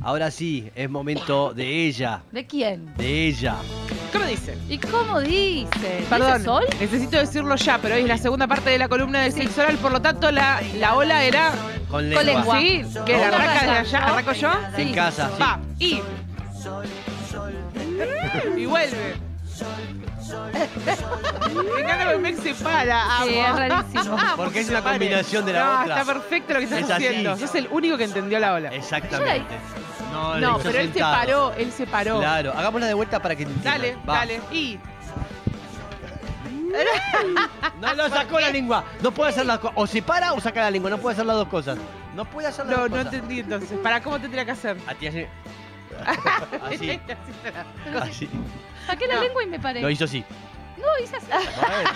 Ahora sí, es momento de ella. ¿De quién? De ella. ¿Cómo dice? ¿Y cómo dice? ¿Dice Perdón, Sol? necesito decirlo ya, pero hoy es la segunda parte de la columna de sexo oral, por lo tanto la, la ola era... Con lengua. lengua. Sí, que Una la arranca arranca, de allá, ¿no? arranco yo. Sí. En casa, sí. Va, y... Y vuelve. Me encanta porque Mex se para. Sí, amo. Eh, es rarísimo. Porque es una Pare. combinación de la No, otra. Está perfecto lo que estás Es así. haciendo. Sos el único que entendió la ola. Exactamente. No, No, hizo pero él se sentado. paró, él se paró. Claro, hagámosla de vuelta para que te entiendan. Dale, Va. dale. Y. No, no, sacó la lengua. No puede hacer las cosas. O se para o saca la lengua. No puede hacer las dos cosas. No puede hacer las No, dos no cosas. entendí entonces. ¿Para cómo tendría que hacer? A ti así. Así. Así. Saqué la No. lengua y me paré. Lo hizo así. No, hice así. Bueno,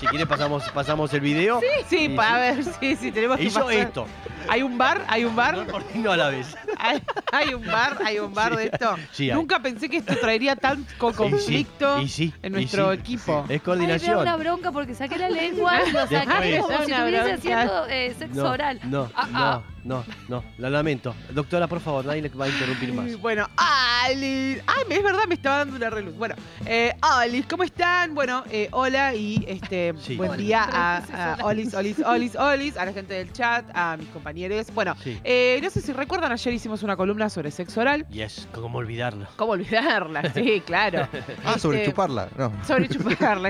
si quieres pasamos, pasamos el video. Sí, Sí, para ver, sí, sí, tenemos que Hizo pasar. esto. ¿Hay un bar? ¿Hay un No, bar? por- no a la vez. ¿Hay, hay un bar? ¿Hay un bar de Sí, esto? sí, hay. Nunca pensé que esto traería tanto conflicto Y sí, y sí, en y nuestro sí. Es equipo. Ay, me da coordinación. una bronca porque saqué la lengua y lo saqué Después. como si Una estuviese bronca. haciendo eh, sexo no, oral. No, Ah, ah. no, no, no, lo lamento. Doctora, por favor, nadie le va a interrumpir más. Ay, Bueno, Alice. Ay, es verdad, me estaba dando una reluz. Bueno, eh, Alice, ¿cómo están? Bueno, eh, hola y este Sí. buen Hola. día Pero a, entonces, a hola. Olis, Olis, Olis, Olis, a la gente del chat, a mis compañeros. Bueno, Ah, Sí. eh, no sé si recuerdan, ayer hicimos una columna sobre sexo oral. Yes, cómo olvidarlo. ¿Cómo olvidarla? Sí, claro. Ah, sobre Este, chuparla. No. Sobre chuparla,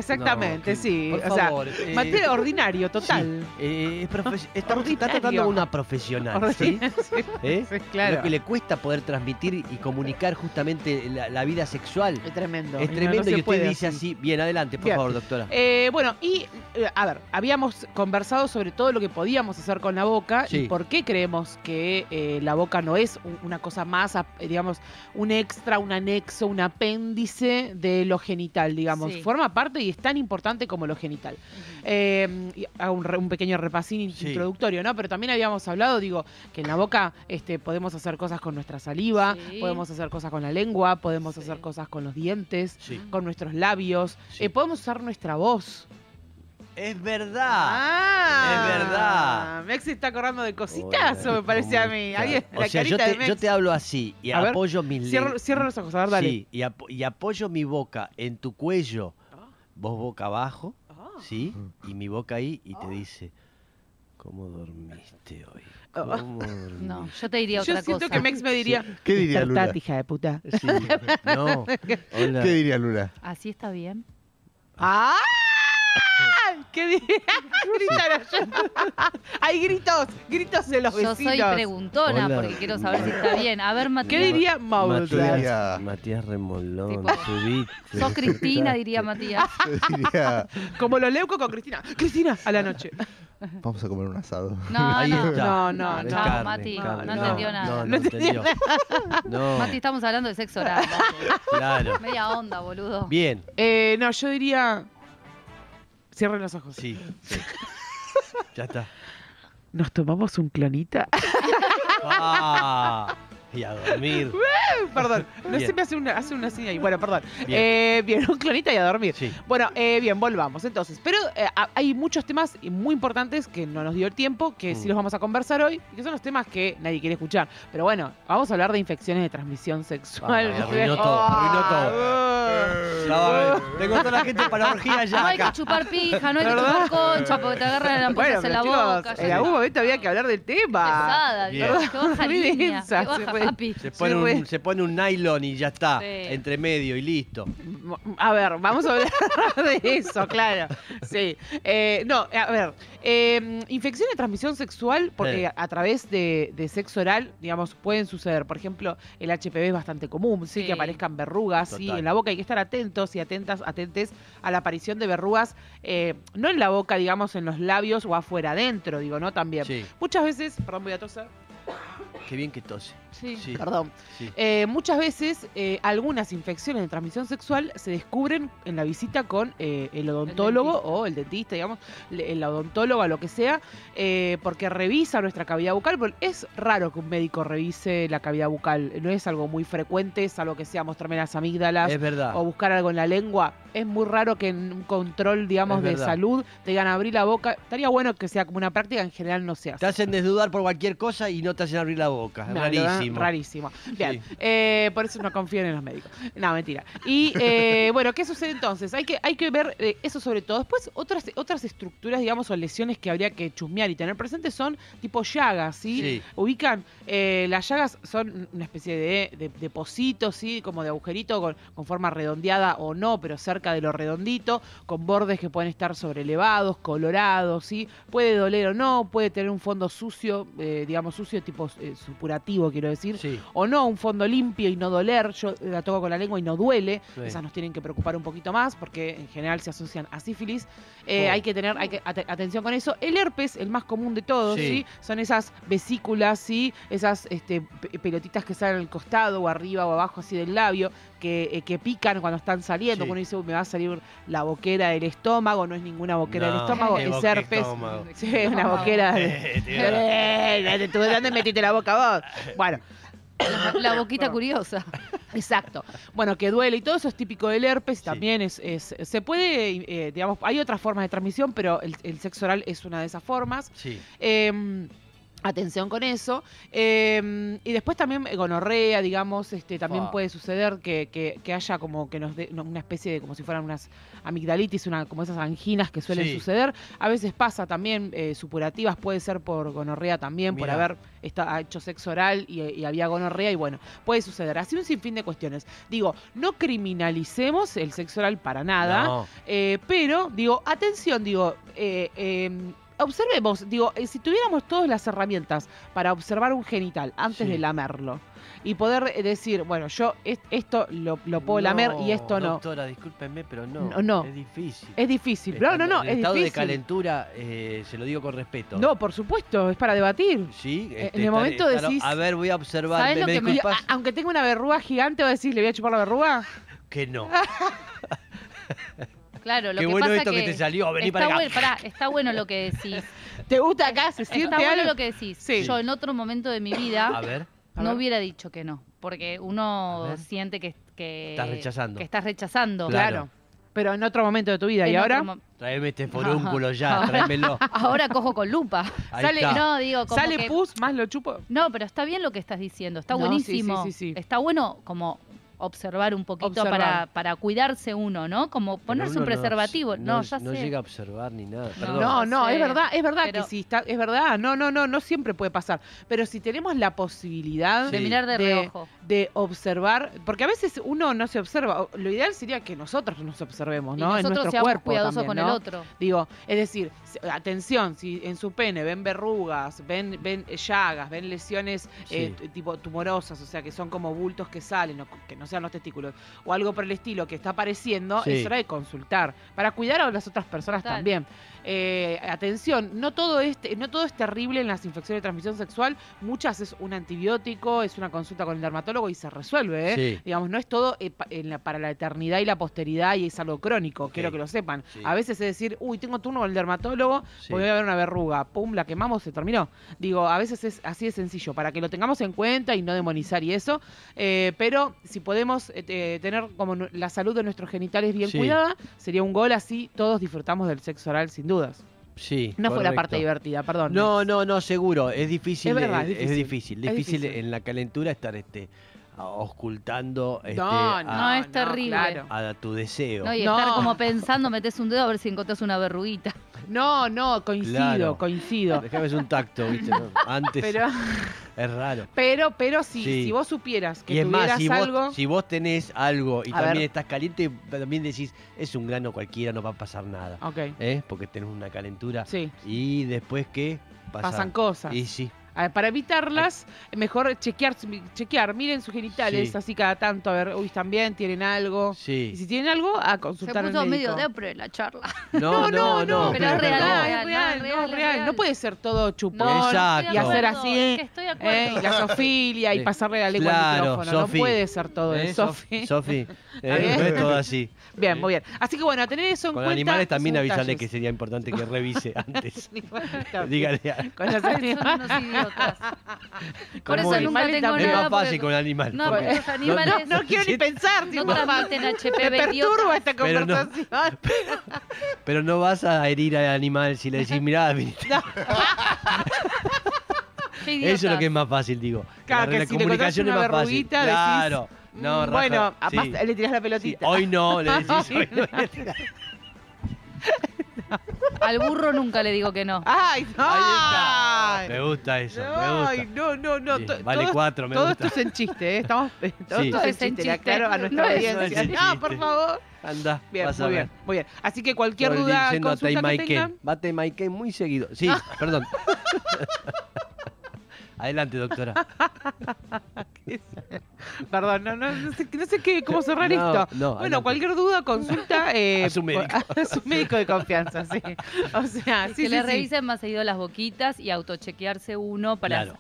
exactamente, No, sí. por o sea, favor, eh, materia ordinario, total. Sí, eh, es profe- está, está tratando Ordinario. a una profesional, ¿sí? Ordinario, sí, ¿Eh? sí, claro. Lo que le cuesta poder transmitir y comunicar justamente la, la vida sexual. Es tremendo. Es No, no tremendo se y usted puede dice así. Bien, adelante, por Bien. favor, doctora. Eh, bueno, y eh, a ver, habíamos conversado sobre todo lo que podíamos hacer con la boca Sí. y por qué creemos que eh, la boca no es u- una cosa más, ap- eh, digamos, un extra, un anexo, un apéndice de lo genital, digamos. Sí. Forma parte y es tan importante como lo genital. Eh, y hago un, re- un pequeño repasín Sí. introductorio, ¿no? Pero también habíamos hablado, digo, que en la boca este, podemos hacer cosas con nuestra saliva, Sí. podemos hacer cosas con la lengua, podemos Sí. hacer cosas con los dientes Sí. con nuestros labios, Sí. eh, podemos usar nuestra voz. Es Ah, verdad. Ah, es verdad. Mex se está acordando de cositas, o me parece a mí. Alguien- O la sea, yo carita de te, Mex. yo te hablo así y A ver, apoyo mis le- Cierro, cierro los ojos, a ver, dale. Sí, y, apo- y apoyo mi boca en tu cuello, Ah. vos boca abajo, Oh, Ah. ¿sí? Y mi boca ahí y te dice, ¿cómo dormiste hoy? Ah. ¿Cómo dormiste? No, yo te diría Yo otra siento cosa. que Mex me diría, ¿Qué diría Lula? "Despertate, hija de puta. Sí, no. Hola. ¿Qué diría Lula? Así está bien. ¡Ah! ¿Qué diría? Gritan allá. Hay gritos, gritos de los Yo soy vecinos. preguntona Hola. porque quiero saber si está bien. A ver, ¿Qué Matías. diría Mauro? Matías. Matías, Matías Remolón, Tipo, subiste. Sos Cristina, diría Matías. ¿Qué diría? Como los leuco con Cristina. Cristina, a la noche. Vamos a comer un asado. No, Ahí no. está. No, no, Es no. carne, Mati, carne. no entendió nada. No, no, No entendió. No, Mati, estamos hablando de sexo oral. Mati. claro. Media onda, boludo. Bien, Eh, no, yo diría. Cierren los ojos. sí, sí. Ya está. ¿Nos tomamos un clonita? Ah, y a dormir. perdón, no Bien. se me hace una, hace una señal ahí. Bueno, perdón. Bien. Eh, bien, un clonita y a dormir. Sí. Bueno, eh, bien, volvamos entonces. Pero eh, a- hay muchos temas muy importantes que no nos dio el tiempo, que Mm. sí los vamos a conversar hoy, que son los temas que nadie quiere escuchar. Pero bueno, vamos a hablar de infecciones de transmisión sexual. Ah, arruinó todo, arruinó todo. Ya va a ver. Tengo toda la gente para orgía Ah, No ya hay que acá. chupar pija, no hay que ¿Verdad? chupar concha porque te agarran las ampollas Bueno, en pero la chicos, boca. en ya algún está. momento había que hablar del tema. Pesada, eh, Bien. digo, que baja Muy línea, densa, que se baja, fue. papi. Se pone, un, se pone un nylon y ya está, Sí. entre medio y listo. A ver, vamos a hablar de eso, claro. Sí. Eh, no, a ver. eh, infección de transmisión sexual porque Sí. a, a través de, de sexo oral, digamos, pueden suceder. Por ejemplo, el HPV es bastante común, sí, Sí. que aparezcan verrugas sí, Total. en la boca. Hay que estar atentos y atentas, atentes a la aparición de verrugas, eh, no en la boca, digamos, en los labios o afuera, adentro, digo, ¿no? También. Sí, Muchas veces, perdón, voy a toser. qué bien que tose. Sí. Sí, Perdón. sí. Eh, muchas veces eh, algunas infecciones de transmisión sexual se descubren en la visita con eh, el odontólogo dentista. o el dentista, digamos, le- el odontólogo o lo que sea, eh, porque revisa nuestra cavidad bucal. pero es raro que un médico revise la cavidad bucal, no es algo muy frecuente, salvo que sea mostrarme las amígdalas Es verdad. Eh, o buscar algo en la lengua. Es muy raro que en un control, digamos, Es de verdad. salud te digan abrir la boca. Estaría bueno que sea como una práctica, en general no se hace. Te hacen desdudar por cualquier cosa y no te hacen abrir la boca. Es No, la verdad, rarísimo. Rarísimo. Rarísimo. Bien, Sí. eh, por eso no confían en los médicos. No, mentira. Y eh, bueno, ¿qué sucede entonces? Hay que, hay que ver eh, eso sobre todo. Después, otras, otras estructuras, digamos, o lesiones que habría que chusmear y tener presente son tipo llagas, ¿sí? Sí. Ubican, eh, las llagas son una especie de, de, de pocitos, ¿sí? Como de agujerito con, con forma redondeada o no, pero cerca de lo redondito, con bordes que pueden estar sobrelevados, colorados, ¿sí? Puede doler o no, puede tener un fondo sucio, eh, digamos, sucio tipo eh, supurativo, quiero decir Sí. o no, un fondo limpio y no doler, yo la toco con la lengua y no duele, Sí. Eh, esas nos tienen que preocupar un poquito más porque en general se asocian a sífilis, Eh, Oh. hay que tener hay que ate- atención con eso. El herpes, el más común de todos, Sí. sí. son esas vesículas, sí, esas este, pe- pelotitas que salen al costado o arriba o abajo así del labio, que, eh, que pican cuando están saliendo, Sí. uno dice, "Uy, me va a salir la boquera del estómago, no es ninguna boquera del No, estómago, qué es boca herpes. estómago. Sí, una boquera del Eh, tío. eh, ¿tú ¿Dónde metiste la boca vos? Bueno, La, la boquita Perdón. curiosa. exacto. Bueno, que duele y todo eso es típico del herpes. Sí. También es, es- se puede, eh, digamos, hay otras formas de transmisión, pero el, el sexo oral es una de esas formas. Sí. Eh, Atención con eso. Eh, y después también eh, gonorrea, digamos, este, también Fa. puede suceder que, que- que haya como que nos dé no, una especie de, como si fueran unas amigdalitis, una, como esas anginas que suelen Sí. suceder. A veces pasa también, eh, supurativas puede ser por gonorrea también, por Mirá. haber esta- ha hecho sexo oral y, y había gonorrea y bueno, puede suceder. Así un sinfín de cuestiones. Digo, no criminalicemos el sexo oral para nada. No. Eh, pero, digo, atención, digo, eh, eh, observemos, digo, eh, si tuviéramos todas las herramientas para observar un genital antes Sí. de lamerlo y poder eh, decir, bueno, yo es- esto lo, lo puedo lamer y esto no. Doctora, discúlpenme, pero no. No, no. Es difícil. Es difícil. No, no, no, El es estado de difícil. calentura, eh, se lo digo con respeto. No, por supuesto, es para debatir. Sí, Eh, este, en el estar- momento estar- decís- A ver, voy a observar. ¿Sabés ¿Me, lo me que me- Y, disculpas? a- aunque tenga una verruga gigante, va a decir, le voy a chupar la verruga. Que no. Claro, lo Qué que bueno pasa esto que... que te salió. Vení está, para acá. bueno, pará, está bueno lo que decís. ¿Te gusta acá? ¿Se siente Está bueno algo? lo que decís. Sí. Yo en otro momento de mi A vida ver, A no ver. hubiera dicho que no, porque A uno ver. siente que, que Estás rechazando. Que estás rechazando. Claro. Claro. Pero en otro momento de tu vida. ¿Y En ahora? otro mo- tráeme este forúnculo ya, tráemelo. Ahora cojo con lupa. Ahí Sale- está. No, digo, como ¿Sale que- pus? ¿Más lo chupo? No, pero está bien lo que estás diciendo, está No, sí, buenísimo. sí, sí, sí. Está bueno como observar un poquito Observar. para, para cuidarse uno, ¿no? Como ponerse Pero un uno no- preservativo. No, ya no sé. llega a observar ni nada. Perdón. No, no, sé, es verdad, es verdad pero- que sí, está, es verdad, no, no, no, no siempre puede pasar. Pero si tenemos la posibilidad De Sí. mirar de, De- reojo. de observar, porque a veces uno no se observa, o- lo ideal sería que nosotros nos observemos, Y ¿no? en nosotros nuestro seamos cuerpo. cuidadosos con también, el ¿no? otro. Digo, es decir, si- atención, si en su pene ven verrugas, ven, ven llagas, ven lesiones eh, Sí. t- tipo tumorosas, o sea, que son como bultos que salen, o que no sean los testículos, o algo por el estilo que está apareciendo, Sí. es hora de consultar, para cuidar a las otras personas Total. también. Eh, atención, no todo, es, te- no todo es terrible en las infecciones de transmisión sexual, muchas es un antibiótico, es una consulta con el dermatólogo y se resuelve, ¿eh? Sí. Digamos, no es todo eh, pa- en la- para la eternidad y la posteridad y es algo crónico, quiero Ok. que lo sepan. Sí. A veces es decir, uy, tengo turno con el dermatólogo, Sí. porque voy a ver una verruga, pum, la quemamos, se terminó. Digo, a veces es así de sencillo, para que lo tengamos en cuenta y no demonizar y eso, eh, pero si podemos eh, eh, tener como nu- la salud de nuestros genitales bien Sí. cuidada, sería un gol así, todos disfrutamos del sexo oral sin dudas. Sí, No fue la parte correcto. divertida, perdón. No, no, no, seguro. Es difícil. Es verdad, eh, es es difícil. difícil. Es Difícil difícil. en la calentura estar este, a- ocultando este, no, a, no, No, es terrible. claro. a tu deseo. No, y No. estar como pensando, metes un dedo a ver si encontrás una verruguita. No, no, coincido, Claro. Este, coincido. Déjame hacer un tacto, ¿viste? No, Antes Pero, es raro. pero, pero si, Sí. si vos supieras que y es tuvieras más, si algo. vos, si vos tenés algo y A también ver. estás caliente, también decís, es un grano cualquiera, no va a pasar nada. Ok, ¿Eh? Porque tenés una calentura. sí. Y después, ¿qué? Pasa- Pasan cosas. Y sí, A ver, para evitarlas, mejor chequear, chequear, miren sus genitales, Sí. así cada tanto, a ver, uy, también tienen algo. Oh. sí. Y si tienen algo, a Se consultar puso al médico. medio depre la charla. No, no, no. no, pero es Pero real, no, real, es real, no, es real. No puede ser todo No, chupón Estoy de Exacto. y hacer acuerdo, así, es que estoy de acuerdo. eh, y la sofilia Sí. y pasarle la lengua al Claro, micrófono. Sofi. No puede ser todo ¿Eh, eso. Sofi? Sofi. Sofi, ¿eh? bien. No es todo así. Bien, muy bien. Así que bueno, a tener eso en Con cuenta. animales también esos avisarle que detalles. sería importante que revise antes. Dígale. Dígale. "Ah, a- Con los Son animales. unos idiotas. Por ¿Cómo eso es? nunca Animales tengo Es también. nada. más fácil porque- con el animal. No, porque- porque los animales No quiero ni pensar, tipo, no transmiten me HPV. idiotas. perturba esta Pero no. conversación. Pero no vas a herir al animal si le decís, mirá, viniste". Qué idiotas. Eso es lo que es más fácil, digo. Claro, que la si le comunicación es encontrás más una fácil. verruguita, decís, claro. No, Mm, Rafa, Bueno, sí. además le tirás la Sí, pelotita. Hoy no, le decís. hoy no. Al burro nunca le digo que no. ¡Ay, no! Ahí está. Me gusta eso, me No, gusta. ay, no, no, no. Sí, to- vale todo- cuatro, me todo gusta. esto es en chiste, ¿eh? Estamos, todo Sí. esto es Todo en chiste, le aclaro a nuestra no es- audiencia. no es en ah, chiste. por favor. Anda, Bien, vas a muy ver. bien, muy bien. Así que cualquier Todo el día duda, diciendo a consulta que Taimaiken. tengan... Va Taimaiken muy seguido. Sí, perdón. Adelante, doctora. Perdón, no, no, no sé, no sé qué, cómo cerrar No, esto. no, bueno, adelante. cualquier duda, consulta eh, A su médico. a su médico de confianza, sí. O sea, sí, que sí, le sí. revisen más seguido las boquitas y autochequearse uno para. Claro.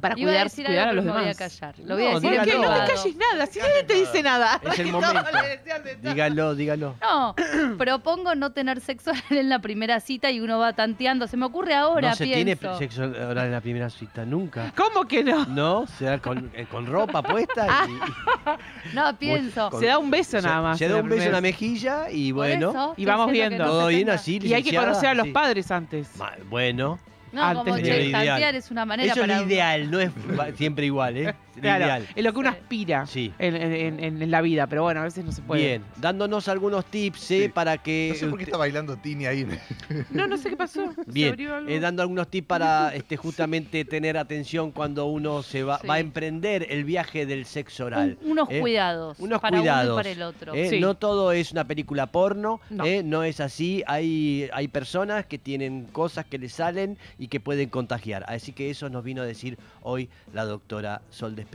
para Iba a cuidar, decir cuidar algo, a los pero me demás. voy a callar. Lo voy a No, decir diga en Porque no privado. te calles nada, si nadie te dice nada. Es el No, momento. le decían de todo. Dígalo, dígalo. No, propongo no tener sexo en la primera cita y uno va tanteando. Se me ocurre ahora, no se tiene pienso. pre- sexo oral en la primera cita, nunca. ¿Cómo que no? No, se da con, eh, con ropa Ah, puesta y, no, pienso. con- Se da un beso se, nada más. se da la un beso en primera la mejilla y Por bueno, eso Y estoy vamos diciendo que no viendo. se todo bien tenga. así. Y hay que licenciada, conocer a los sí. padres antes. Ma- Bueno, No, Antes como sería che, lo ideal. tantear es una manera eso es para. lo ideal, no es va- siempre igual, ¿eh? Lo Claro, ideal. es lo que uno Sí. aspira Sí. en, en- en- en la vida, pero bueno, a veces no se puede. Bien, dándonos algunos tips ¿eh? Sí. para que No sé por qué usted- está bailando Tini ahí. No, no sé qué pasó. Se Bien, abrió algo. eh, dando algunos tips para este, justamente tener atención cuando uno se va, Sí. va a emprender el viaje del sexo oral. Un- unos ¿eh? cuidados. Unos para uno cuidados, y para el otro. ¿eh? Sí. No todo es una película porno, ¿eh? No. no, es así. Hay, hay personas que tienen cosas que les salen y que pueden contagiar. Así que eso nos vino a decir hoy la doctora Sol Despeinada.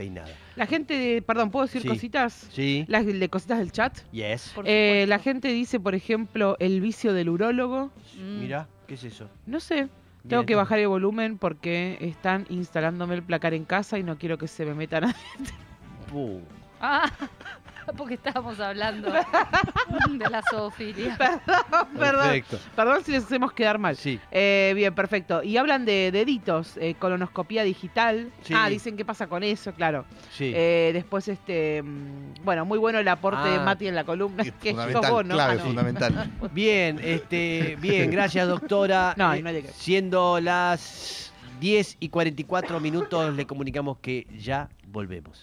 La gente, de- perdón, ¿puedo decir Sí. cositas? ¿Sí? Las de cositas del chat. Yes. Por Eh, supuesto. la gente dice, por ejemplo, el vicio del urólogo. Mm. Mira, ¿qué es eso? No sé, tengo Bien. que bajar el volumen porque están instalándome el placar en casa y no quiero que se me meta nada. Puh. Ah, porque estábamos hablando de la zoofilia. perdón, Perfecto. perdón si les hacemos quedar mal. Sí. Eh, bien, perfecto. Y hablan de deditos, eh, colonoscopía digital. Sí. Ah, dicen qué pasa con eso, claro. Sí. Eh, después, este, mm, bueno, muy bueno el aporte de Ah. Mati en la columna. Que sos fundamental, vos, ¿no? clave, Ah, no. fundamental. Bien, este, bien, gracias doctora. No, Eh, no hay de qué. Siendo las 10 y 44 minutos, le comunicamos que ya volvemos.